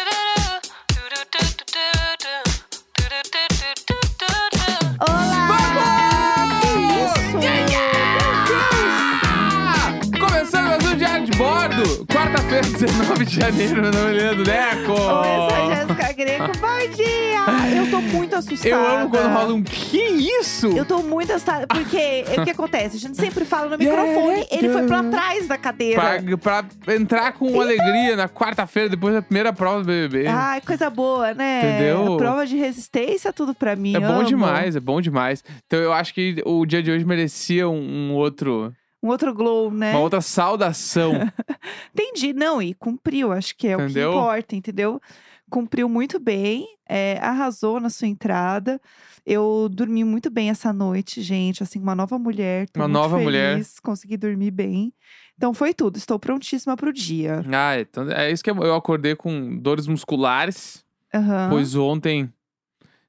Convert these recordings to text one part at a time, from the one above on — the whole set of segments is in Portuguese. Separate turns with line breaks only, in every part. um Ah! um Querido, quarta-feira, 19 de janeiro, meu nome é Leandro Neco.
Oi, eu sou a Jéssica Greco. Bom dia! "Ah, Eu tô muito assustada.
Eu amo quando rola um que isso?
Eu tô muito assustada, porque o que acontece? A gente sempre fala no microfone, ele foi pra trás da cadeira.
Pra, pra entrar com alegria na quarta-feira, depois da primeira prova do BBB.
Ai, coisa boa, né?
Entendeu?
Prova de resistência, tudo pra mim.
é bom
amo.
demais, é bom demais. Então eu acho que o dia de hoje merecia um, um outro,
Um outro glow, né?
uma outra saudação.
Entendi. Não, e cumpriu, acho que é
Entendeu?
o que importa, entendeu? Cumpriu muito bem, é, arrasou na sua entrada. Eu dormi muito bem essa noite, gente. Assim, uma nova mulher. tô
Uma
muito
nova
feliz,
mulher.
Consegui dormir bem. Então foi tudo. Estou prontíssima pro dia.
ah, então é isso que é bom. eu acordei com dores musculares,
Aham.
pois ontem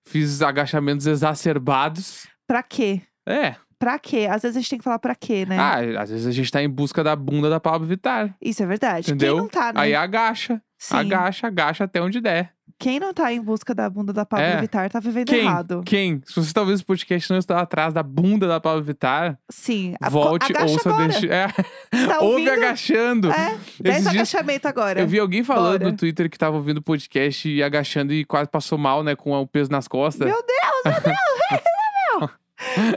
fiz agachamentos exacerbados.
Pra quê?
É.
Pra quê? Às vezes a gente tem que falar pra quê, né?
Ah, às vezes a gente tá em busca da bunda da Pablo Vittar.
Isso é verdade.
entendeu?
Quem não tá, né?
Aí agacha,
Sim.
agacha, agacha até onde der.
Quem não tá em busca da bunda da Pablo
É.
Vittar tá vivendo
Quem?
errado.
Quem? Se você talvez o podcast não está atrás da bunda da Pablo Vittar,
Sim. A-
volte,
agacha
ouça,
agora.
deixe. É,
Tá
ouve
ouvindo?
agachando.
É, desce o
dias-
agachamento agora.
Eu vi alguém falando
Bora.
no Twitter que tava ouvindo o podcast e agachando e quase passou mal, né? Com o peso nas costas.
Meu Deus, meu Deus, meu Deus.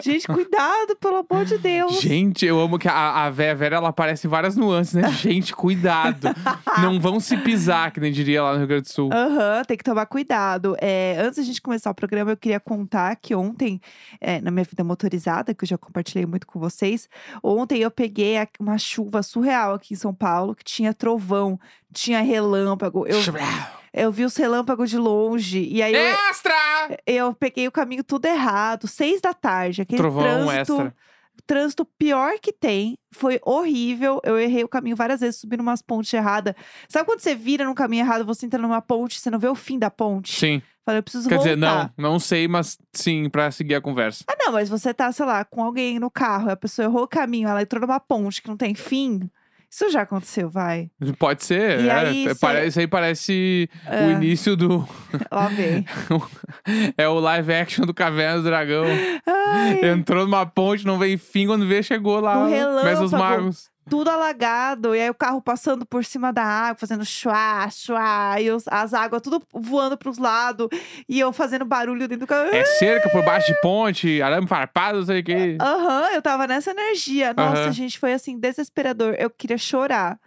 Gente, cuidado, pelo amor de Deus.
Gente, eu amo que a, a Vera, Vera, ela aparece em várias nuances, né? Gente, cuidado. não vão se pisar, que nem diria lá no Rio Grande do Sul.
Aham, tem que tomar cuidado. É, antes da gente começar o programa, eu queria contar que ontem, é, na minha vida motorizada, que eu já compartilhei muito com vocês, ontem eu peguei a- uma chuva surreal aqui em São Paulo, que tinha trovão, tinha relâmpago. Eu, eu vi os relâmpagos de longe, e aí
É?
eu,
Extra!
eu peguei o caminho tudo errado, seis da tarde, aquele
Trovão
trânsito.
extra.
trânsito pior que tem. Foi horrível. Eu errei o caminho várias vezes, subindo umas pontes erradas. Sabe quando você vira num caminho errado, você entra numa ponte, você não vê o fim da ponte?
Sim.
Falei, eu preciso
Quer
voltar.
dizer, não, não sei, mas sim, pra seguir a conversa.
Ah, não, mas você tá, sei lá, com alguém no carro, a pessoa errou o caminho, ela entrou numa ponte que não tem fim. Isso já aconteceu, vai.
Pode ser.
E
é,
aí,
é,
cê- É.
pare- Isso aí parece o início do.
Lá vem.
é o live action do Caverna do Dragão.
Ai,
Entrou numa ponte, não veio fim, quando veio, chegou lá.
Um
Mas os
relâmpago.
magos.
tudo alagado, e aí o carro passando por cima da água, fazendo chua, chua, e os- as águas tudo voando pros lados, e eu fazendo barulho dentro do carro.
É cerca por baixo de ponte, arame farpado, não sei o
É,
quê.
Aham, eu tava nessa energia. Nossa,
Aham.
gente, foi assim, desesperador. Eu queria chorar.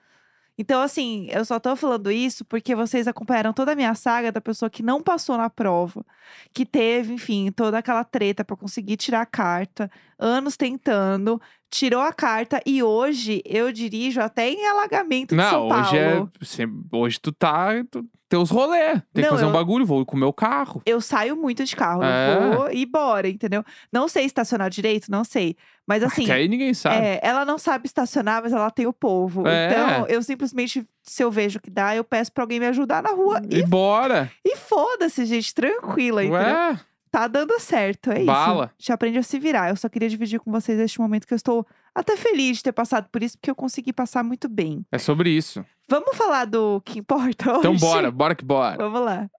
Então, assim, eu só tô falando isso porque vocês acompanharam toda a minha saga da pessoa que não passou na prova, que teve, enfim, toda aquela treta pra conseguir tirar a carta, anos tentando, tirou a carta e hoje eu dirijo até em alagamento de São
Não,
Paulo.
hoje é. sempre- Hoje tu tá. Tu, teus rolê. Tem que
Não,
fazer um
eu-
bagulho, vou com o meu carro.
Eu saio muito de carro,
É.
eu vou e bora, entendeu? Não sei estacionar direito, não sei. Mas assim.
Que aí ninguém sabe.
É, ela não sabe estacionar, mas ela tem o povo.
Tá. É.
Então, eu simplesmente, se eu vejo que dá, eu peço pra alguém me ajudar na rua.
E
E,
bora.
e foda-se, gente, tranquila, entendeu?
Hum. Ué,
Tá dando certo, é isso.
Bala.
Já aprende a se virar. Eu só queria dividir com vocês este momento que eu estou até feliz de ter passado por isso, porque eu consegui passar muito bem.
é sobre isso.
Vamos falar do que importa hoje?
Então bora, bora que bora.
Vamos lá.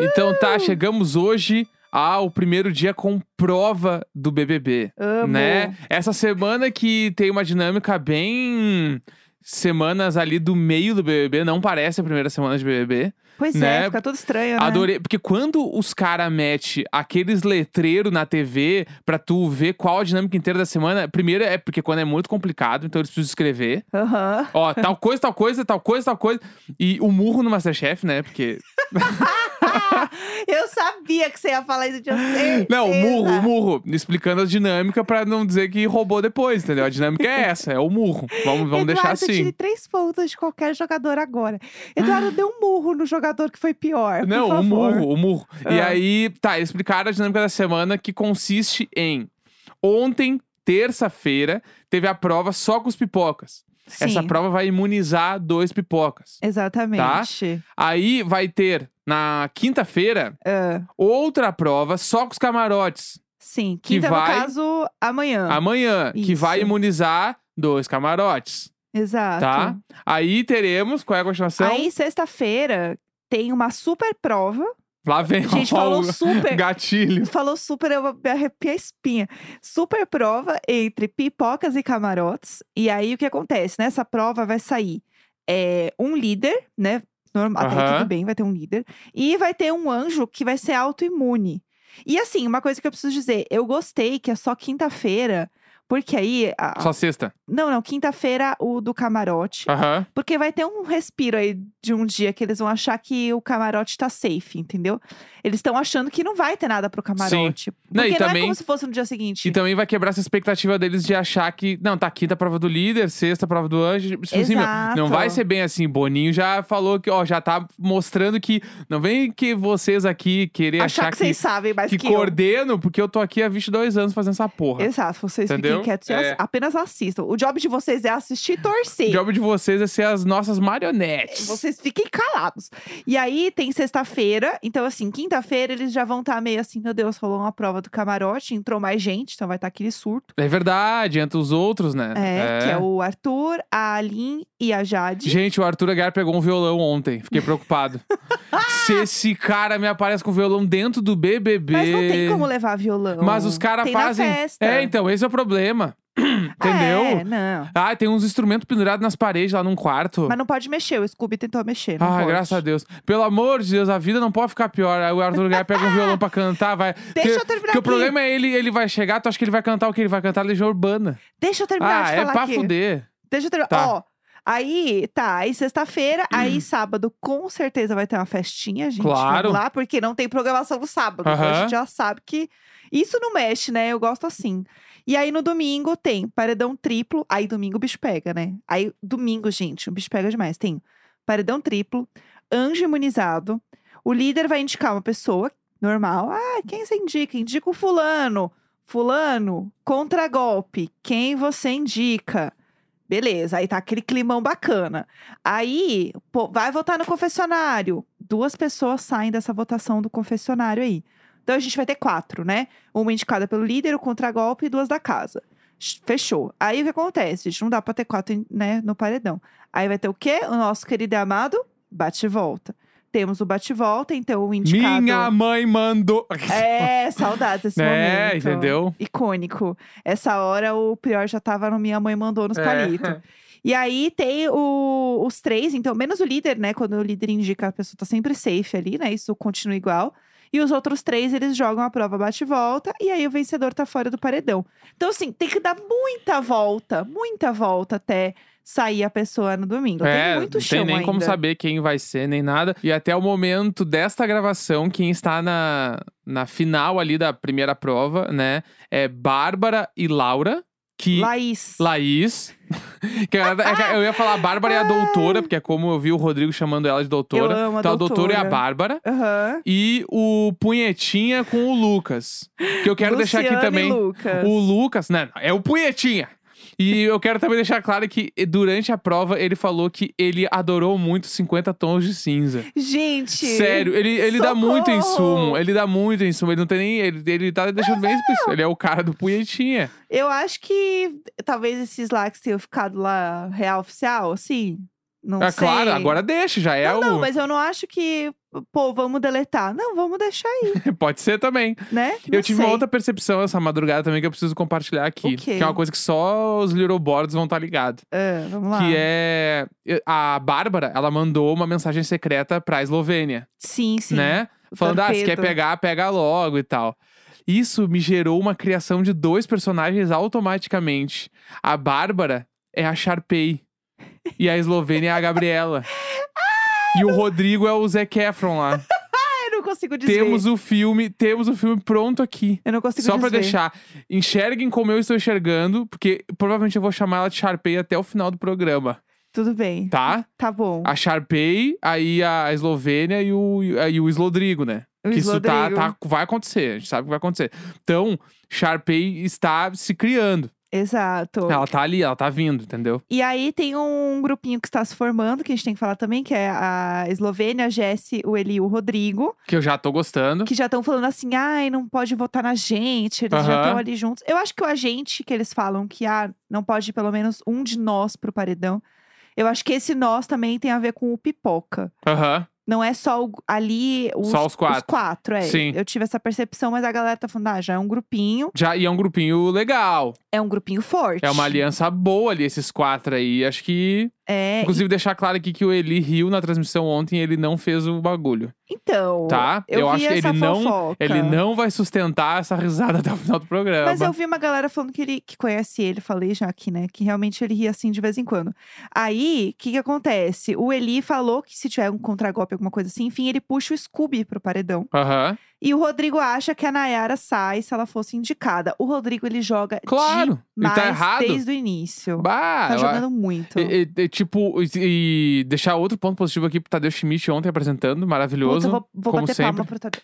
Então tá, chegamos hoje ao primeiro dia com prova do BBB,
Amo.
né? Essa semana que tem uma dinâmica bem semanas ali do meio do BBB, não parece a primeira semana de BBB.
Pois
Né?
é, fica tudo estranho, né?
Adorei, porque quando os cara mete aqueles letreiro na TV pra tu ver qual a dinâmica inteira da semana, primeiro é porque quando é muito complicado, então eles precisam escrever.
Aham.
Ó, tal coisa, tal coisa, tal coisa, tal coisa. E o murro no Masterchef, né? Porque
eu sabia que você ia falar isso de você.
Não, o murro, o murro. Explicando a dinâmica pra não dizer que roubou depois, entendeu? A dinâmica é essa, é o murro. Vamos,
Eduardo,
vamos deixar
Eu tirei
assim.
três pontos de qualquer jogador agora. Eduardo deu um murro no jogador que foi pior.
Não,
por
o
favor.
murro, o murro. E
Ah.
aí, tá, eles explicaram a dinâmica da semana que consiste em. Ontem, terça-feira, teve a prova só com os pipocas.
Sim,
Essa prova tá? vai imunizar dois pipocas.
Exatamente.
Aí vai ter, na quinta-feira,
Ah,
outra prova só com os camarotes.
sim,
Que
quinta,
vai-
no caso, amanhã.
Amanhã, que vai
Ah, Isso.
imunizar dois camarotes.
Exato.
tá? Aí teremos, qual é a continuação?
Aí, sexta-feira, tem uma super prova.
Lá vem
A gente
ó,
falou
o
super.
gatilho.
Falou super, eu me arrepiei a espinha. Super prova entre pipocas e camarotes. E aí, o que acontece? Nessa prova vai sair é, um líder, né? Normal, até aí
Aham.
tudo bem, vai ter um líder. E vai ter um anjo que vai ser autoimune. E assim, uma coisa que eu preciso dizer. Eu gostei que é só quinta-feira. Porque aí... a-
Só sexta.
Não, não. Quinta-feira, o do camarote.
Aham.
Porque vai ter um respiro aí de um dia que eles vão achar que o camarote tá safe, entendeu? Eles estão achando que não vai ter nada pro camarote. Porque
Não, e
não
também-
é como se fosse no dia seguinte.
E também vai quebrar essa expectativa deles de achar que, não, tá quinta prova do líder, sexta prova do anjo. Tipo assim, meu,
Exato.
não vai ser bem assim. Boninho já falou que, ó, já tá mostrando que não vem que vocês aqui querer
achar, que, vocês sabem mais
que
que, eu.
coordeno, porque eu tô aqui há 22 anos fazendo essa porra.
Exato, vocês
Entendeu?
fiquem quietos e
É.
ass- apenas assistam. O job de vocês é assistir e torcer.
O job de vocês é ser as nossas marionetes.
Vocês fiquem calados. E aí tem sexta-feira. Então, assim, quinta-feira eles já vão estar meio assim: meu Deus, rolou uma prova do camarote, entrou mais gente, então vai estar aquele surto.
É verdade, entre os outros, né?
É, que é o Arthur, a Aline e a Jade.
Gente, o Arthur Aguiar pegou um violão ontem. Fiquei preocupado. Se esse cara me aparece com o violão dentro do BBB...
Mas não tem como levar violão.
Mas os caras
Tem
fazem...
Na festa.
É, então, esse é o problema. Entendeu?
É, não.
Ah, tem uns instrumentos pendurados nas paredes lá num quarto.
Mas não pode mexer, o Scooby tentou mexer. Não
Ah,
pode.
graças a Deus. Pelo amor de Deus, a vida não pode ficar pior. Aí o Arthur Guerra pega um violão pra cantar, vai.
Deixa
Porque-
eu terminar
Porque o
aqui.
problema é ele, ele vai chegar, tu acha que ele vai cantar o que ele vai cantar? Legião Urbana.
Deixa eu terminar
Ah,
de
é
falar
pra
aqui.
fuder.
Deixa eu terminar.
Tá. Hum.
Ó, aí, tá, aí sexta-feira, aí sábado com certeza vai ter uma festinha, gente.
Claro.
Vamos lá, porque não tem programação no sábado. então
Aham.
A gente já sabe que isso não mexe, né? Eu gosto assim. E aí no domingo tem paredão triplo, aí domingo o bicho pega, né? Aí domingo, gente, o bicho pega demais. Tem paredão triplo, anjo imunizado. O líder vai indicar uma pessoa normal. Ah, quem você indica? Indica o fulano. Fulano, contra golpe. Quem você indica? Beleza, aí tá aquele climão bacana. Aí, pô, vai votar no confessionário. Duas pessoas saem dessa votação do confessionário aí. Então a gente vai ter quatro, né? Uma indicada pelo líder, o contragolpe e duas da casa. Sh- Fechou. Aí o que acontece? Gente, não dá pra ter quatro em- né, no paredão. Aí vai ter o quê? O nosso querido e amado bate e volta. Temos o bate e volta, então o indicado.
Minha mãe mandou.
É, saudades desse
É,
momento.
entendeu?
Icônico. Essa hora o pior já tava no Minha Mãe Mandou nos
É.
palitos. E aí tem o- os três, então, menos o líder, né? Quando o líder indica, a pessoa tá sempre safe ali, né? Isso continua igual. E os outros três, eles jogam a prova bate e volta, e aí o vencedor tá fora do paredão. Então, assim, tem que dar muita volta, muita volta até sair a pessoa no domingo.
É,
tem muito
não
chão
tem nem
ainda.
como saber quem vai ser, nem nada. E até o momento desta gravação, quem está na, na final ali da primeira prova, né? É Bárbara e Laura, que.
Laís.
Laís. Que ela- é que eu ia falar a Bárbara e a doutora, porque é como eu vi o Rodrigo chamando ela de doutora.
Ah! Eu amo a doutora.
então a doutora e a Bárbara.
Aham.
E o Punhetinha com o Lucas. Que eu quero deixar aqui
Luciano e
também.
Lucas.
O Lucas, né? É o Punhetinha. E eu quero também deixar claro que durante a prova ele falou que ele adorou muito 50 tons de cinza.
Gente.
Sério, ele, ele dá muito
Socorro!
insumo. Ele dá muito insumo. Ele não tem nem. Ele, ele tá deixando bem específico. Ele é o cara do punhetinha.
Eu acho que talvez esses likes tenham ficado lá real oficial, assim. Não
é
sei.
claro, agora deixa, já é
Não,
o.
não, mas eu não acho que, pô, vamos deletar. Não, vamos deixar aí,
Pode ser também.
né?
Eu
Não
tive
sei.
uma outra percepção essa madrugada também que eu preciso compartilhar aqui.
O quê?
Que é uma coisa que só os Little Boards vão estar ligados.
Ah, vamos lá.
Que é. A Bárbara, ela mandou uma mensagem secreta pra Eslovênia,
Sim, sim.
né?
O
Falando, ah, se quer
torpedo.
pegar, pega logo e tal. Isso me gerou uma criação de dois personagens automaticamente. A Bárbara é a Sharpay. E a Eslovênia é a Gabriela. e o Rodrigo é o Zac Efron lá.
Ah, eu não consigo dizer.
temos o filme, temos o filme pronto aqui.
Eu não consigo
Só pra
desver.
deixar, enxerguem como eu estou enxergando, porque provavelmente eu vou chamar ela de Sharpay até o final do programa,
Tudo bem.
tá?
Tá bom.
A Sharpay, aí a Eslovênia e o, e aí o Slodrigo, né?
O
que isso tá,
Slodrigo.
tá- vai acontecer, a gente sabe que vai acontecer. Então, Sharpay está se criando.
Exato.
Ela tá ali, ela tá vindo, entendeu?
E aí tem um grupinho que está se formando, que a gente tem que falar também, que é a Eslovênia, a Jesse, o Eli e o Rodrigo,
Que eu já tô gostando.
que já estão falando assim, ai, não pode votar na gente, eles já
Aham.
estão ali juntos. Eu acho que o agente que eles falam que ah, não pode ir pelo menos um de nós pro paredão, eu acho que esse nós também tem a ver com o pipoca.
Aham.
Não é só o- ali os,
Só os quatro.
é.
Sim.
Eu tive essa percepção, mas a galera tá falando, ah, já é um grupinho,
Já, e é um grupinho legal.
é um grupinho forte.
É uma aliança boa ali, esses quatro aí. Acho que.
É,
Inclusive, deixar claro aqui que o Eli riu na transmissão ontem ele não fez o bagulho.
então.
Tá?
Eu,
Eu
vi
acho que
essa
ele não-
fofoca.
Ele não vai sustentar essa risada até o final do programa.
Mas eu vi uma galera falando que ele que conhece ele, falei já aqui, né? Que realmente ele ria assim de vez em quando. Aí, o que, que acontece? O Eli falou que se tiver um contragolpe, alguma coisa assim, enfim, ele puxa o Scooby pro paredão.
Aham.
E o Rodrigo acha que a Nayara sai se ela fosse indicada. O Rodrigo, ele joga
Claro.
demais
e tá errado.
desde o início.
Bah,
tá
eu-
jogando muito.
E, e- e, tipo, e, e deixar outro ponto positivo aqui pro Tadeu Schmidt ontem apresentando,
Puta,
maravilhoso.
eu vou, vou
como
bater palma
sempre.
pro Tadeu.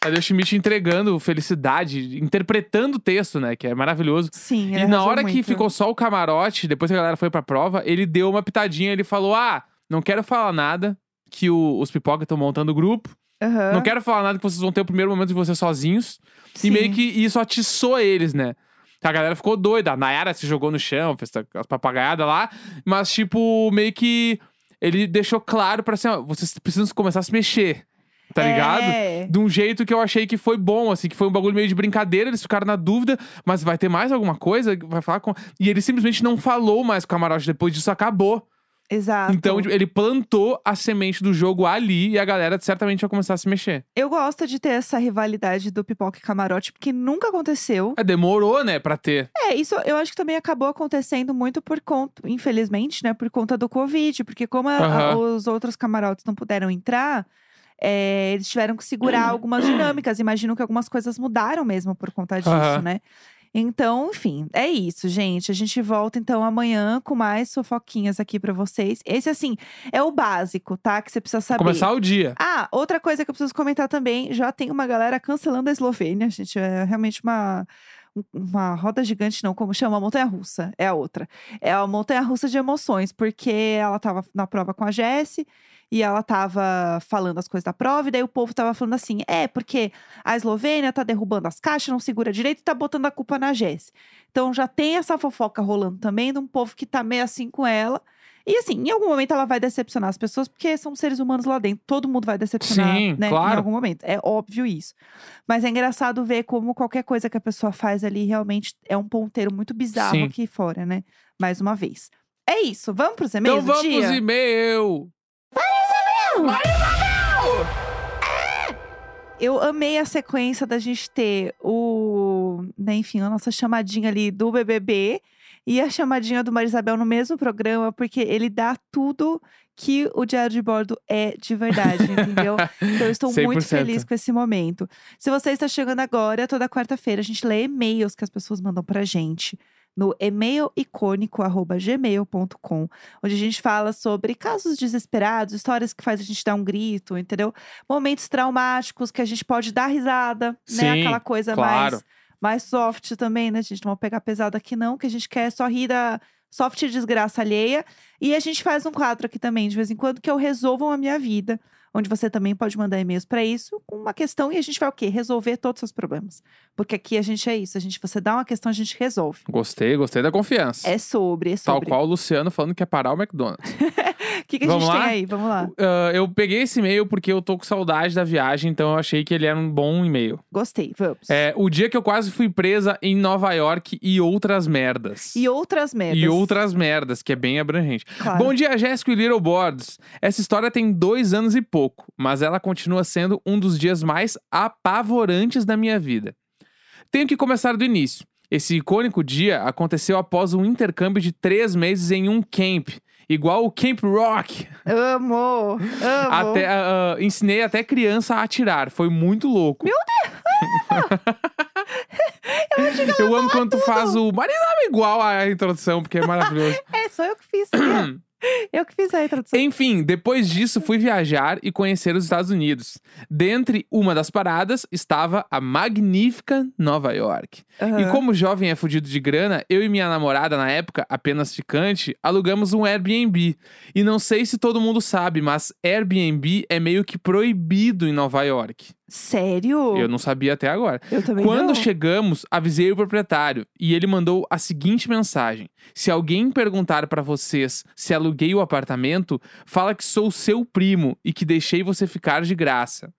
Tadeu Schmidt entregando felicidade, interpretando o texto, né? Que é maravilhoso.
Sim, ele
e na
arrasou
hora que
muito.
ficou só o camarote, depois que a galera foi pra prova, ele deu uma pitadinha, ele falou: Ah, não quero falar nada. Que o- os pipoca estão montando o grupo.
Aham,
Não quero falar nada que vocês vão ter o primeiro momento de vocês sozinhos.
sim.
E meio que isso atiçou eles, né? A galera ficou doida. A Nayara se jogou no chão, fez ta- as papagaiadas lá. Mas, tipo, meio que ele deixou claro pra assim, ó, vocês precisam começar a se mexer. Tá ligado?
É.
De um jeito que eu achei que foi bom, assim, que foi um bagulho meio de brincadeira, eles ficaram na dúvida, mas vai ter mais alguma coisa? Vai falar com. E ele simplesmente não falou mais com o camarote depois disso, acabou.
Exato.
Então, tipo, ele plantou a semente do jogo ali e a galera certamente vai começar a se mexer.
Eu gosto de ter essa rivalidade do pipoca e camarote, porque nunca aconteceu.
É, demorou, né, pra ter.
É, isso eu acho que também acabou acontecendo muito por conta, infelizmente, né? Por conta do Covid, porque como a- a-
Aham.
os outros camarotes não puderam entrar, é, eles tiveram que
Hum.
segurar algumas dinâmicas. Imagino que algumas coisas mudaram mesmo por conta disso,
Aham.
né? Então, enfim, é isso, gente. A gente volta então amanhã com mais fofoquinhas aqui pra vocês. Esse, assim, é o básico, tá? Que você precisa saber.
Começar o dia.
Ah, outra coisa que eu preciso comentar também, já tem uma galera cancelando a Eslovênia, gente, é realmente uma um- uma roda gigante não, como chama, montanha russa, é a outra. É a montanha russa de emoções, porque ela tava na prova com a Jessie e ela tava falando as coisas da prova e daí o povo tava falando assim: "É, porque a Eslovênia tá derrubando as caixas, não segura direito e tá botando a culpa na Jessie". Então já tem essa fofoca rolando também de um povo que tá meio assim com ela. E assim, em algum momento ela vai decepcionar as pessoas, porque são seres humanos lá dentro. Todo mundo vai decepcionar
Sim,
né, em
claro.
algum momento. É óbvio isso. Mas é engraçado ver como qualquer coisa que a pessoa faz ali realmente é um ponteiro muito bizarro
Sim.
aqui fora, né? Mais uma vez. É isso. Vamos pros e-mails
Então
do
vamos
dia?
e-mail.
Eu amei a sequência da gente ter o. Né, enfim, a nossa chamadinha ali do BBB e a chamadinha do Marisabel no mesmo programa, porque ele dá tudo que o Diário de Bordo é de verdade, entendeu? Então eu estou muito
100%.
feliz com esse momento. Se você está chegando agora, toda quarta-feira a gente lê e-mails que as pessoas mandam pra gente no e-mailicônico@gmail.com, onde a gente fala sobre casos desesperados, histórias que faz a gente dar um grito, entendeu? Momentos traumáticos que a gente pode dar risada, né?
Sim,
Aquela coisa
claro.
mais mais soft também, né? A gente não vai pegar pesado aqui não, que a gente quer só rir da soft desgraça alheia. E a gente faz um quadro aqui também, de vez em quando, que é o Resolvam a Minha Vida, onde você também pode mandar e-mails pra isso, com uma questão, e a gente vai o quê? Resolver todos os seus problemas. Porque aqui a gente é isso, a gente, você dá uma questão, a gente resolve.
Gostei, gostei da confiança.
É sobre, é
Tal
sobre.
qual o Luciano falando que ia parar o McDonald's.
O que, que a
Vamos
gente
lá?
tem aí? Vamos lá.
Ah, eu peguei esse e-mail porque eu tô com saudade da viagem, então eu achei que ele era um bom e-mail.
Gostei, vamos.
É, o dia que eu quase fui presa em Nova York e outras merdas.
E outras metas.
E outras merdas, que é bem abrangente.
Claro.
Bom dia, Jéssica e Little Boards. Essa história tem dois anos e pouco, mas ela continua sendo um dos dias mais apavorantes da minha vida. Tenho que começar do início. Esse icônico dia aconteceu após um intercâmbio de três meses em um camp, igual o Camp Rock.
Amo, amo.
Até, ah, ah, ensinei até criança a atirar, foi muito louco. Meu Deus! Eu amo quando tu faz o Marisa igual a introdução, porque é maravilhoso.
É, sou eu que fiz. sabia? Eu que fiz a tradução.
Enfim, depois disso fui viajar e conhecer os Estados Unidos. Dentre uma das paradas estava a magnífica Nova York. E
Aham.
como o jovem é fudido de grana, eu e minha namorada, na época, apenas ficante, alugamos um Airbnb. E não sei se todo mundo sabe, mas Airbnb é meio que proibido em Nova York.
Sério?
Eu não sabia até agora.
Eu também
Quando
não.
chegamos, avisei o proprietário e ele mandou a seguinte mensagem: Se alguém perguntar pra vocês se aluguei o apartamento, fala que sou seu primo e que deixei você ficar de graça.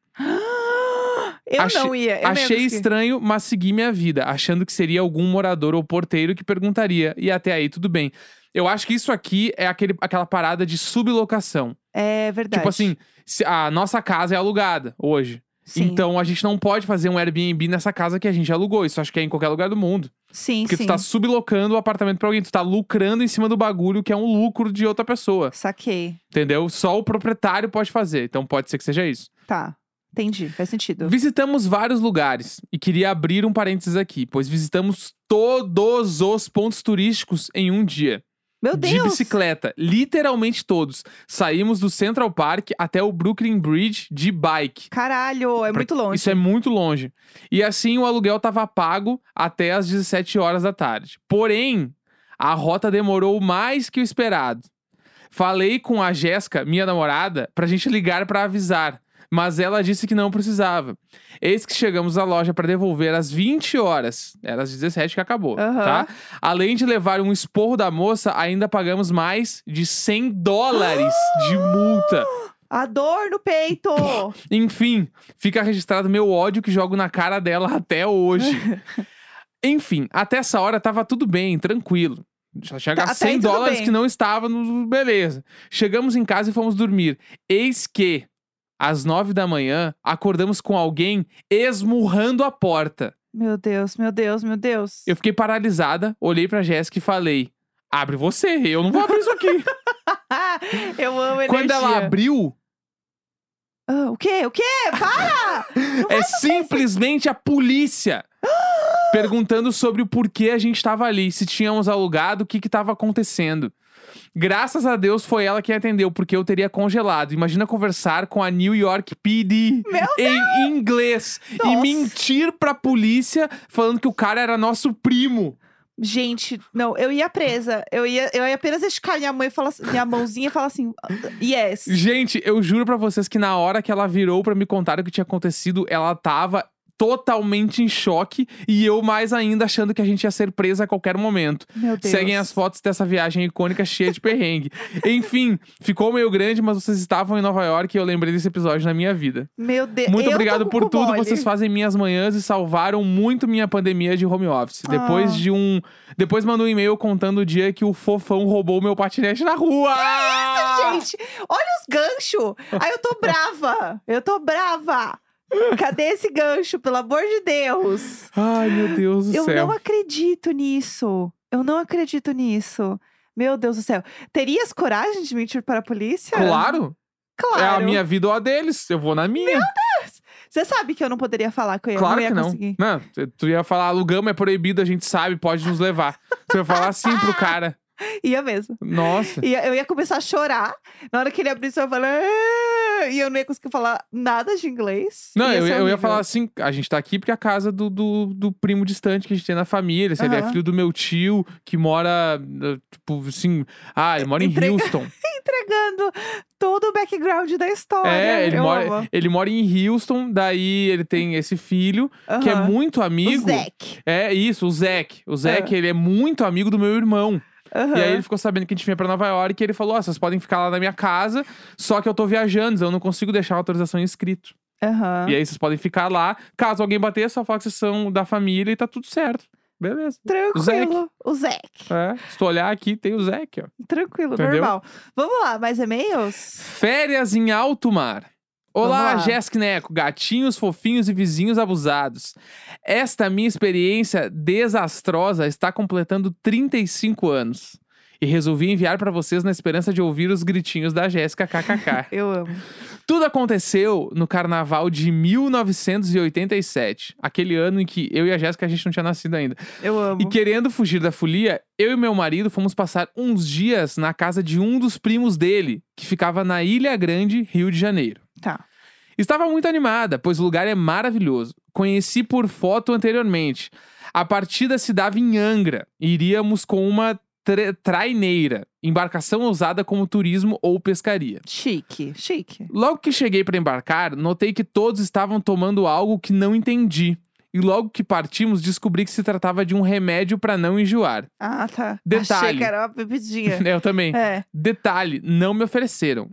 Eu
Achei-
não ia. Eu
Achei
É menos que-
estranho, mas segui minha vida, achando que seria algum morador ou porteiro que perguntaria. E até aí tudo bem. Eu acho que isso aqui é aquele, aquela parada de sublocação.
É verdade.
Tipo assim, se- a nossa casa é alugada hoje.
Sim.
Então a gente não pode fazer um Airbnb nessa casa que a gente alugou. Isso acho que é em qualquer lugar do mundo.
Sim,
Porque
sim.
tu tá sublocando o apartamento pra alguém, tu tá lucrando em cima do bagulho que é um lucro de outra pessoa,
Saquei.
entendeu? Só o proprietário pode fazer, então pode ser que seja isso.
Tá. Entendi. Faz sentido.
Visitamos vários lugares e queria abrir um parênteses aqui, pois visitamos todos os pontos turísticos em um dia.
Meu
de
Deus!
bicicleta, literalmente todos. Saímos do Central Park até o Brooklyn Bridge de bike.
Caralho, é
Pra-
muito longe.
Isso é muito longe. E assim o aluguel estava pago até às 17 horas da tarde. Porém, a rota demorou mais que o esperado. Falei com a Jéssica, minha namorada, pra gente ligar pra avisar, mas ela disse que não precisava. Eis que chegamos à loja pra devolver às 20 horas. Era às 17 que acabou,
Aham.
tá? Além de levar um esporro da moça, ainda pagamos mais de 100 dólares de multa.
A dor no peito!
Enfim, fica registrado meu ódio que jogo na cara dela até hoje. Enfim, até essa hora tava tudo bem, tranquilo. Só tinha
Tá,
gasto
até aí
100
tudo
dólares
bem.
que não estava no. Beleza. Chegamos em casa e fomos dormir. Eis que, às 9 da manhã, acordamos com alguém esmurrando a porta.
meu Deus, meu Deus, meu Deus.
Eu fiquei paralisada, olhei pra Jéssica e falei: abre você, eu não vou abrir isso aqui.
Ah, Eu amo energia.
Quando ela abriu,
Ah, o quê? O quê? Para!
É simplesmente a polícia perguntando sobre o porquê a gente estava ali, se tínhamos alugado, o que estava acontecendo. Graças a Deus foi ela quem atendeu, porque eu teria congelado. Imagina conversar com a New York PD
Meu
em inglês e
Nossa.
mentir pra polícia falando que o cara era nosso primo.
Gente, não, eu ia presa. Eu ia, eu ia apenas esticar minha, mãe e falar, assim- minha mãozinha e falar assim, yes.
Gente, eu juro pra vocês que na hora que ela virou pra me contar o que tinha acontecido, ela tava totalmente em choque e eu mais ainda achando que a gente ia ser presa a qualquer momento.
Meu Deus.
Seguem as fotos dessa viagem icônica cheia de perrengue. Enfim, ficou meio grande, mas vocês estavam em Nova York e eu lembrei desse episódio na minha vida.
Meu Deus.
Muito
eu tô
obrigado
com
por
cu
tudo.
mole.
Vocês fazem minhas manhãs e salvaram muito minha pandemia de home office. Depois
Ah.
de um. Depois mandou um e-mail contando o dia que o fofão roubou meu patinete na rua.
É Gente, olha os ganchos. Aí eu tô brava. Eu tô brava. Cadê esse gancho? Pelo amor de Deus.
Ai, meu Deus do
Eu
céu.
não acredito nisso. Eu não acredito nisso. Meu Deus do céu. Terias coragem de mentir para a polícia?
Claro,
Claro.
é a minha vida ou a deles. Eu vou na minha.
Você sabe que eu não poderia falar com ele.
claro
não ia
que não.
conseguir.
Não, tu- tu ia falar, alugamos é proibido, a gente sabe, pode nos levar. Tu ia falar assim pro cara.
Ia mesmo.
Nossa.
E eu ia começar a chorar. Na hora que ele abrisse, eu ia falar. "Ah", E eu não ia conseguir falar nada de inglês.
Não,
ia
eu,
ser
eu ia
horrível.
falar assim, a gente tá aqui porque é a casa do, do, do primo distante que a gente tem na família, se ele é
Aham.
filho do meu tio, que mora, eh, tipo assim, ah, ele mora em
Entrega-
Houston.
Entregando todo o background da história.
É, ele
eu
mora,
amo.
ele mora em Houston, daí ele tem esse filho, que é
Aham.
muito
O
amigo.
Zac.
É isso, o Zac. O Zac, ele é muito amigo do meu irmão.
Aham.
E aí ele ficou sabendo que a gente vinha pra Nova York e ele falou: Ó, vocês podem ficar lá na minha casa, só que eu tô viajando, então eu não consigo deixar a autorização em escrito.
Aham.
E aí vocês podem ficar lá. Caso alguém bater, é só fala que vocês são da família e tá tudo certo. Beleza.
Tranquilo. O Zac.
É. Se tu olhar aqui, tem o Zeke, ó.
Tranquilo,
Entendeu?
normal. Vamos lá, mais e-mails?
Férias em alto mar. Olá,
Vamos lá.
Jéssica e Neco, gatinhos fofinhos e vizinhos abusados. Esta minha experiência desastrosa está completando 35 anos. E resolvi enviar pra vocês na esperança de ouvir os gritinhos da Jéssica KKK.
Eu amo.
Tudo aconteceu no carnaval de 1987. Aquele ano em que eu e a Jéssica a gente não tinha nascido ainda.
Eu amo.
E querendo fugir da folia, eu e meu marido fomos passar uns dias na casa de um dos primos dele, que ficava na Ilha Grande, Rio de Janeiro.
Tá.
Estava muito animada, pois o lugar é maravilhoso. Conheci por foto anteriormente. A partida se dava em Angra. e Iríamos com uma tre- traineira, embarcação usada como turismo ou pescaria.
Chique, chique.
Logo que cheguei para embarcar, notei que todos estavam tomando algo que não entendi. E logo que partimos, descobri que se tratava de um remédio para não enjoar.
Ah, tá. Achei
Detalhe.
que era uma bebidinha.
Né, Eu também.
é.
Detalhe, não me ofereceram.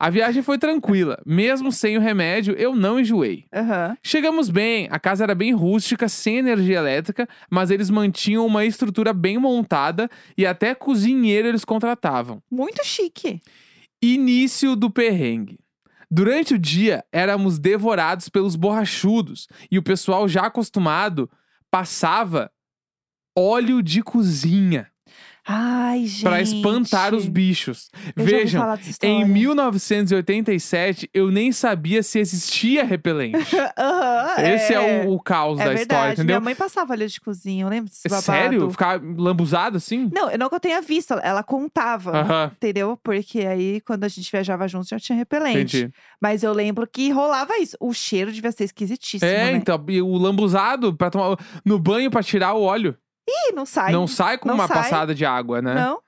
A viagem foi tranquila, mesmo sem o remédio, eu não enjoei.
Aham.
Chegamos bem, a casa era bem rústica, sem energia elétrica, mas eles mantinham uma estrutura bem montada e até cozinheiro eles contratavam.
Muito chique.
Início do perrengue. Durante o dia, éramos devorados pelos borrachudos e o pessoal já acostumado passava óleo de cozinha
Ai, gente.
para espantar os bichos.
Eu já ouvi
Vejam,
falar dessa
em
história.
1987 eu nem sabia se existia repelente.
Aham,
Esse é, o, o caos
é
da
verdade.
história, entendeu?
Minha mãe passava olho de cozinha, eu lembro desse
É
babado.
Sério? Ficar lambuzado assim?
Não, eu não que eu tenha visto, ela contava.
Aham,
Entendeu? Porque aí, quando a gente viajava junto, já tinha repelente.
entendi.
Mas eu lembro que rolava isso. O cheiro devia ser esquisitíssimo,
É,
né?
então, e o lambuzado para tomar no banho para tirar o óleo.
Ih, não sai.
não sai com
não
uma
sai.
passada de água, né?
Não?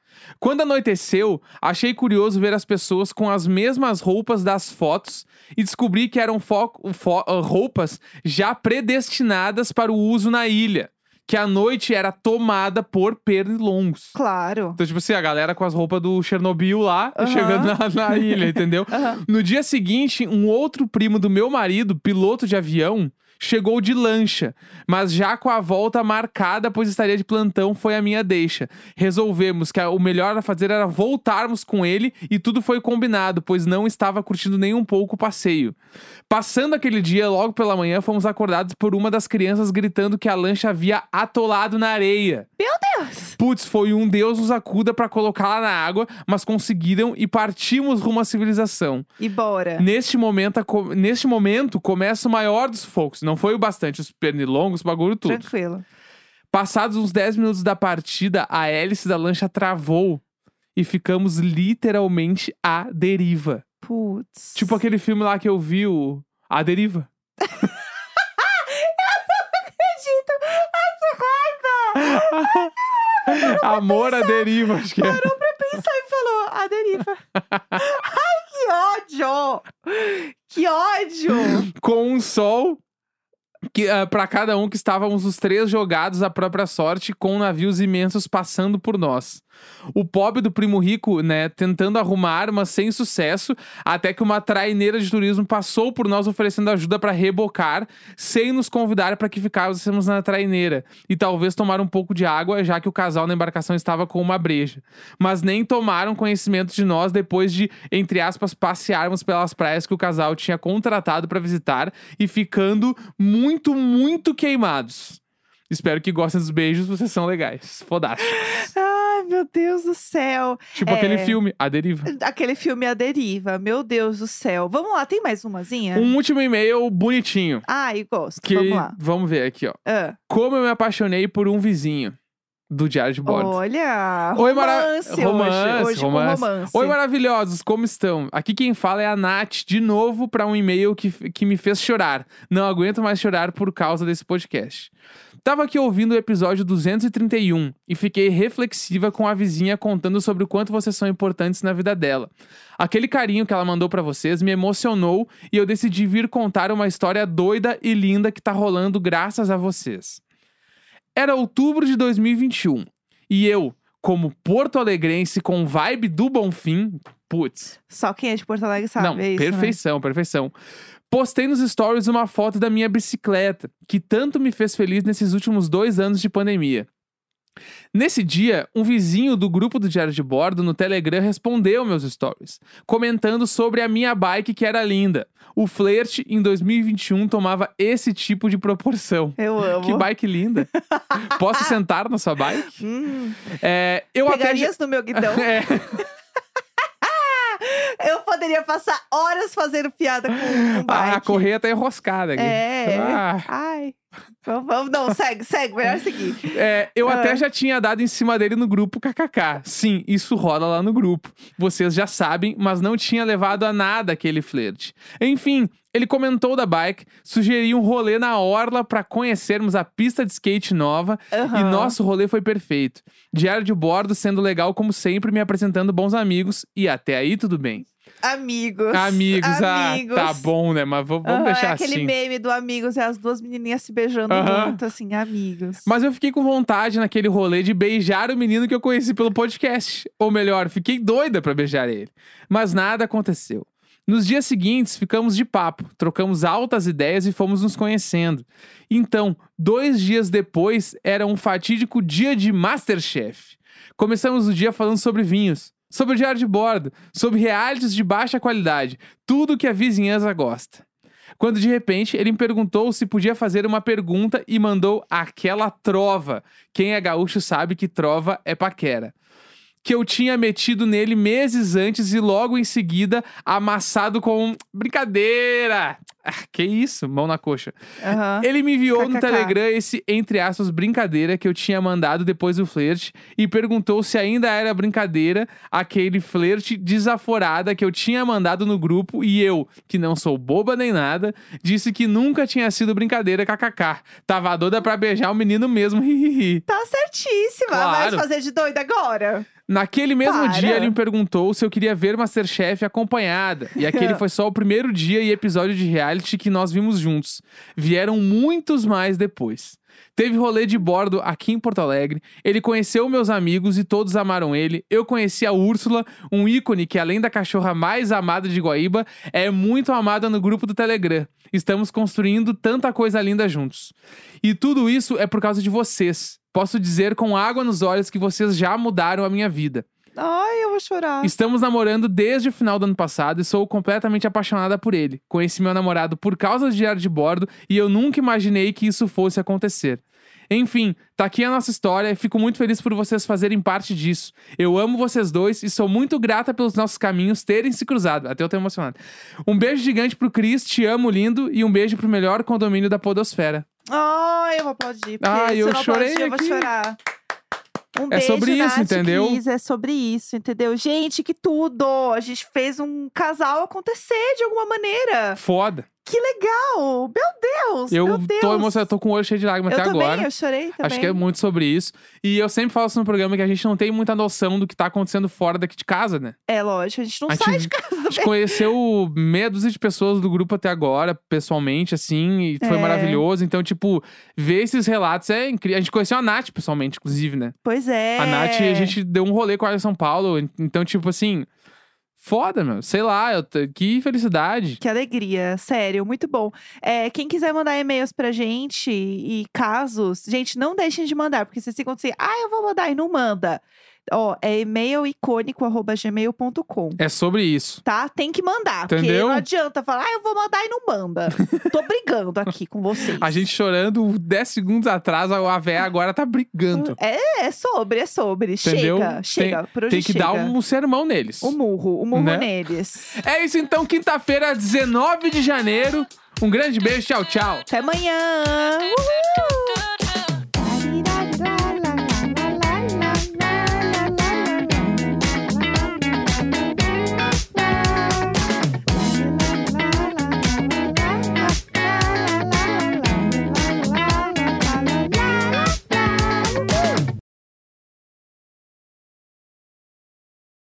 Quando anoiteceu, achei curioso ver as pessoas com as mesmas roupas das fotos e descobri que eram fo- fo- ah, roupas já predestinadas para o uso na ilha, que a noite era tomada por pernilongos.
Claro.
Então, tipo assim, a galera com as roupas do Chernobyl lá,
Aham.
chegando na, na ilha, entendeu?
Aham.
No dia seguinte, um outro primo do meu marido, piloto de avião, chegou de lancha, mas já com a volta marcada, pois estaria de plantão, foi a minha deixa. Resolvemos que a- o melhor a fazer era voltarmos com ele e tudo foi combinado, pois não estava curtindo nem um pouco o passeio. Passando aquele dia, logo pela manhã, fomos acordados por uma das crianças gritando que a lancha havia atolado na areia.
Deus.
Putz, foi um Deus nos acuda pra colocá-la na água, mas conseguiram e partimos rumo à civilização.
E bora.
Neste momento, a co- neste momento, começa o maior dos focos. Não foi o bastante, os pernilongos, o bagulho tudo.
Tranquilo.
Passados uns 10 minutos da partida, a hélice da lancha travou. E ficamos literalmente à deriva.
Putz.
Tipo aquele filme lá que eu vi, o A Deriva. Amor à deriva, acho que é.
pensou e falou, a deriva. Ai, que ódio! Que ódio!
com um sol que para cada um que estávamos os três jogados à própria sorte com navios imensos passando por nós. O pobre do primo rico, né, tentando arrumar, mas sem sucesso, até que uma traineira de turismo passou por nós oferecendo ajuda para rebocar, sem nos convidar para que ficássemos na traineira e talvez tomar um pouco de água, já que o casal na embarcação estava com uma breja. Mas nem tomaram conhecimento de nós depois de, entre aspas, passearmos pelas praias que o casal tinha contratado para visitar e ficando muito, muito queimados. Espero que gostem dos beijos, vocês são legais. Fodásticos.
Ai, meu Deus do céu.
Tipo
É.
aquele filme, A Deriva.
Aquele filme A Deriva, meu Deus do céu. Vamos lá, tem mais umazinha?
Um último e-mail bonitinho.
Ai, gosto.
Que
É. Vamos lá.
ver aqui, ó.
Ah,
Como eu me apaixonei por um vizinho do Diário de Bordo.
olha,
Oi, mara-
romance hoje.
romance,
hoje. com
romance.
romance.
Oi, maravilhosos, como estão? Aqui quem fala é a Nath, de novo, para um e-mail que, que me fez chorar. Não aguento mais chorar por causa desse podcast. Tava aqui ouvindo o episódio 231 e fiquei reflexiva com a vizinha contando sobre o quanto vocês são importantes na vida dela. Aquele carinho que ela mandou pra vocês me emocionou e eu decidi vir contar uma história doida e linda que tá rolando graças a vocês. Era outubro de 2021 e eu, como porto-alegrense com vibe do Bonfim, putz,
Só quem é de Porto Alegre sabe
não,
é isso, né?
perfeição, perfeição. Postei nos stories uma foto da minha bicicleta, que tanto me fez feliz nesses últimos dois anos de pandemia. Nesse dia, um vizinho do grupo do Diário de Bordo no Telegram respondeu meus stories, comentando sobre a minha bike que era linda. O flerte em 2021 tomava esse tipo de proporção.
Eu amo.
Que bike linda. Posso sentar na sua bike?
Hum,
É, eu até já-
pegarias no meu guidão.
É,
Eu poderia passar horas fazendo piada com um
Ah, a,
bike.
a correia tá enroscada aqui.
É.
Ah.
Ai. Vamos, vamos- não, segue, segue, melhor seguir.
É, eu
Ah.
até já tinha dado em cima dele no grupo KKK. Sim, isso rola lá no grupo. Vocês já sabem, mas não tinha levado a nada aquele flerte. Enfim, ele comentou da bike, sugeriu um rolê na orla pra conhecermos a pista de skate nova
Aham.
e nosso rolê foi perfeito. Diário de bordo sendo legal como sempre, me apresentando bons amigos e até aí tudo bem.
Amigos.
Amigos,
amigos.
ah, tá bom, né? Mas vamos vamos
Aham,
deixar
é aquele
assim.
meme do amigos e as duas menininhas se beijando
Aham.
muito, assim, amigos.
Mas eu fiquei com vontade naquele rolê de beijar o menino que eu conheci pelo podcast. Ou melhor, fiquei doida pra beijar ele. Mas nada aconteceu. Nos dias seguintes, ficamos de papo, trocamos altas ideias e fomos nos conhecendo. Então, dois dias depois, era um fatídico dia de Masterchef. Começamos o dia falando sobre vinhos, sobre o diário de bordo, sobre realities de baixa qualidade, tudo que a vizinhança gosta quando de repente ele me perguntou se podia fazer uma pergunta e mandou aquela trova. Quem é gaúcho sabe que trova é paquera. Que eu tinha metido nele meses antes e logo em seguida amassado com. um Brincadeira! Ah, que isso? Mão na coxa.
Aham.
Ele me enviou no
KKK.
Telegram esse, entre aspas, brincadeira que eu tinha mandado depois do flerte e perguntou se ainda era brincadeira aquele flerte desaforada que eu tinha mandado no grupo e eu, que não sou boba nem nada, disse que nunca tinha sido brincadeira kkk. Tava doida pra beijar o menino mesmo, hihihi.
Tá certíssima.
Claro.
Vai fazer de doida agora.
Naquele mesmo
Para.
dia, ele me perguntou se eu queria ver Masterchef acompanhada. E aquele foi só o primeiro dia e episódio de reality que nós vimos juntos. Vieram muitos mais depois. Teve rolê de bordo aqui em Porto Alegre. Ele conheceu meus amigos e todos amaram ele. Eu conheci a Úrsula, um ícone que, além da cachorra mais amada de Guaíba, é muito amada no grupo do Telegram. Estamos construindo tanta coisa linda juntos. E tudo isso é por causa de vocês. Posso dizer com água nos olhos que vocês já mudaram a minha vida.
Ai, eu vou chorar.
Estamos namorando desde o final do ano passado e sou completamente apaixonada por ele. Conheci meu namorado por causa de diário de bordo e eu nunca imaginei que isso fosse acontecer. Enfim, tá aqui a nossa história e fico muito feliz por vocês fazerem parte disso. Eu amo vocês dois e sou muito grata pelos nossos caminhos terem se cruzado. Até eu tô emocionado. Um beijo gigante pro Cris, te amo lindo, e um beijo pro melhor condomínio da Podosfera.
Ai, eu vou aplaudir. porque
Ai,
se
eu
não
chorei
aplaudir, Eu vou
aqui.
chorar. Um
É
beijo,
sobre isso,
Nath,
entendeu?
Cris, é sobre isso, entendeu? Gente, que tudo! A gente fez um casal acontecer de alguma maneira.
Foda.
Que legal! Meu Deus! meu
Eu
Deus.
tô emocionado, tô com o olho cheio de lágrimas
Eu
até
também,
agora.
eu chorei também.
Acho que é muito sobre isso. E eu sempre falo isso no programa que a gente não tem muita noção do que tá acontecendo fora daqui de casa, né?
É lógico, a gente não
A gente-
sai de casa
A gente
também.
conheceu meia dúzia de pessoas do grupo até agora, pessoalmente, assim, e foi
É.
maravilhoso. Então, tipo, ver esses relatos é incrível. A gente conheceu a Nath pessoalmente, inclusive, né?
Pois é.
A Nath, a gente deu um rolê com ela em São Paulo. en- Então, tipo assim, foda, meu. Sei lá, eu t- que felicidade.
Que alegria, sério, muito bom. É, quem quiser mandar e-mails pra gente e casos, gente, não deixem de mandar, porque vocês ficam assim, ah, eu vou mandar e não manda. Ó, é e-mail icônico.gmail.com.
É sobre isso.
Tá? Tem que mandar. Porque
Entendeu?
não adianta falar, ah, eu vou mandar e não manda. Tô brigando aqui com vocês.
A gente chorando 10 segundos atrás, a a véia agora tá brigando.
É, é sobre, é sobre.
Entendeu?
Chega, chega. Por hoje
Tem que dar
chega.
um sermão neles.
O murro, o murro
Né?
neles.
É isso então, quinta-feira, 19 de janeiro. Um grande beijo, tchau, tchau.
Até amanhã! Uhul!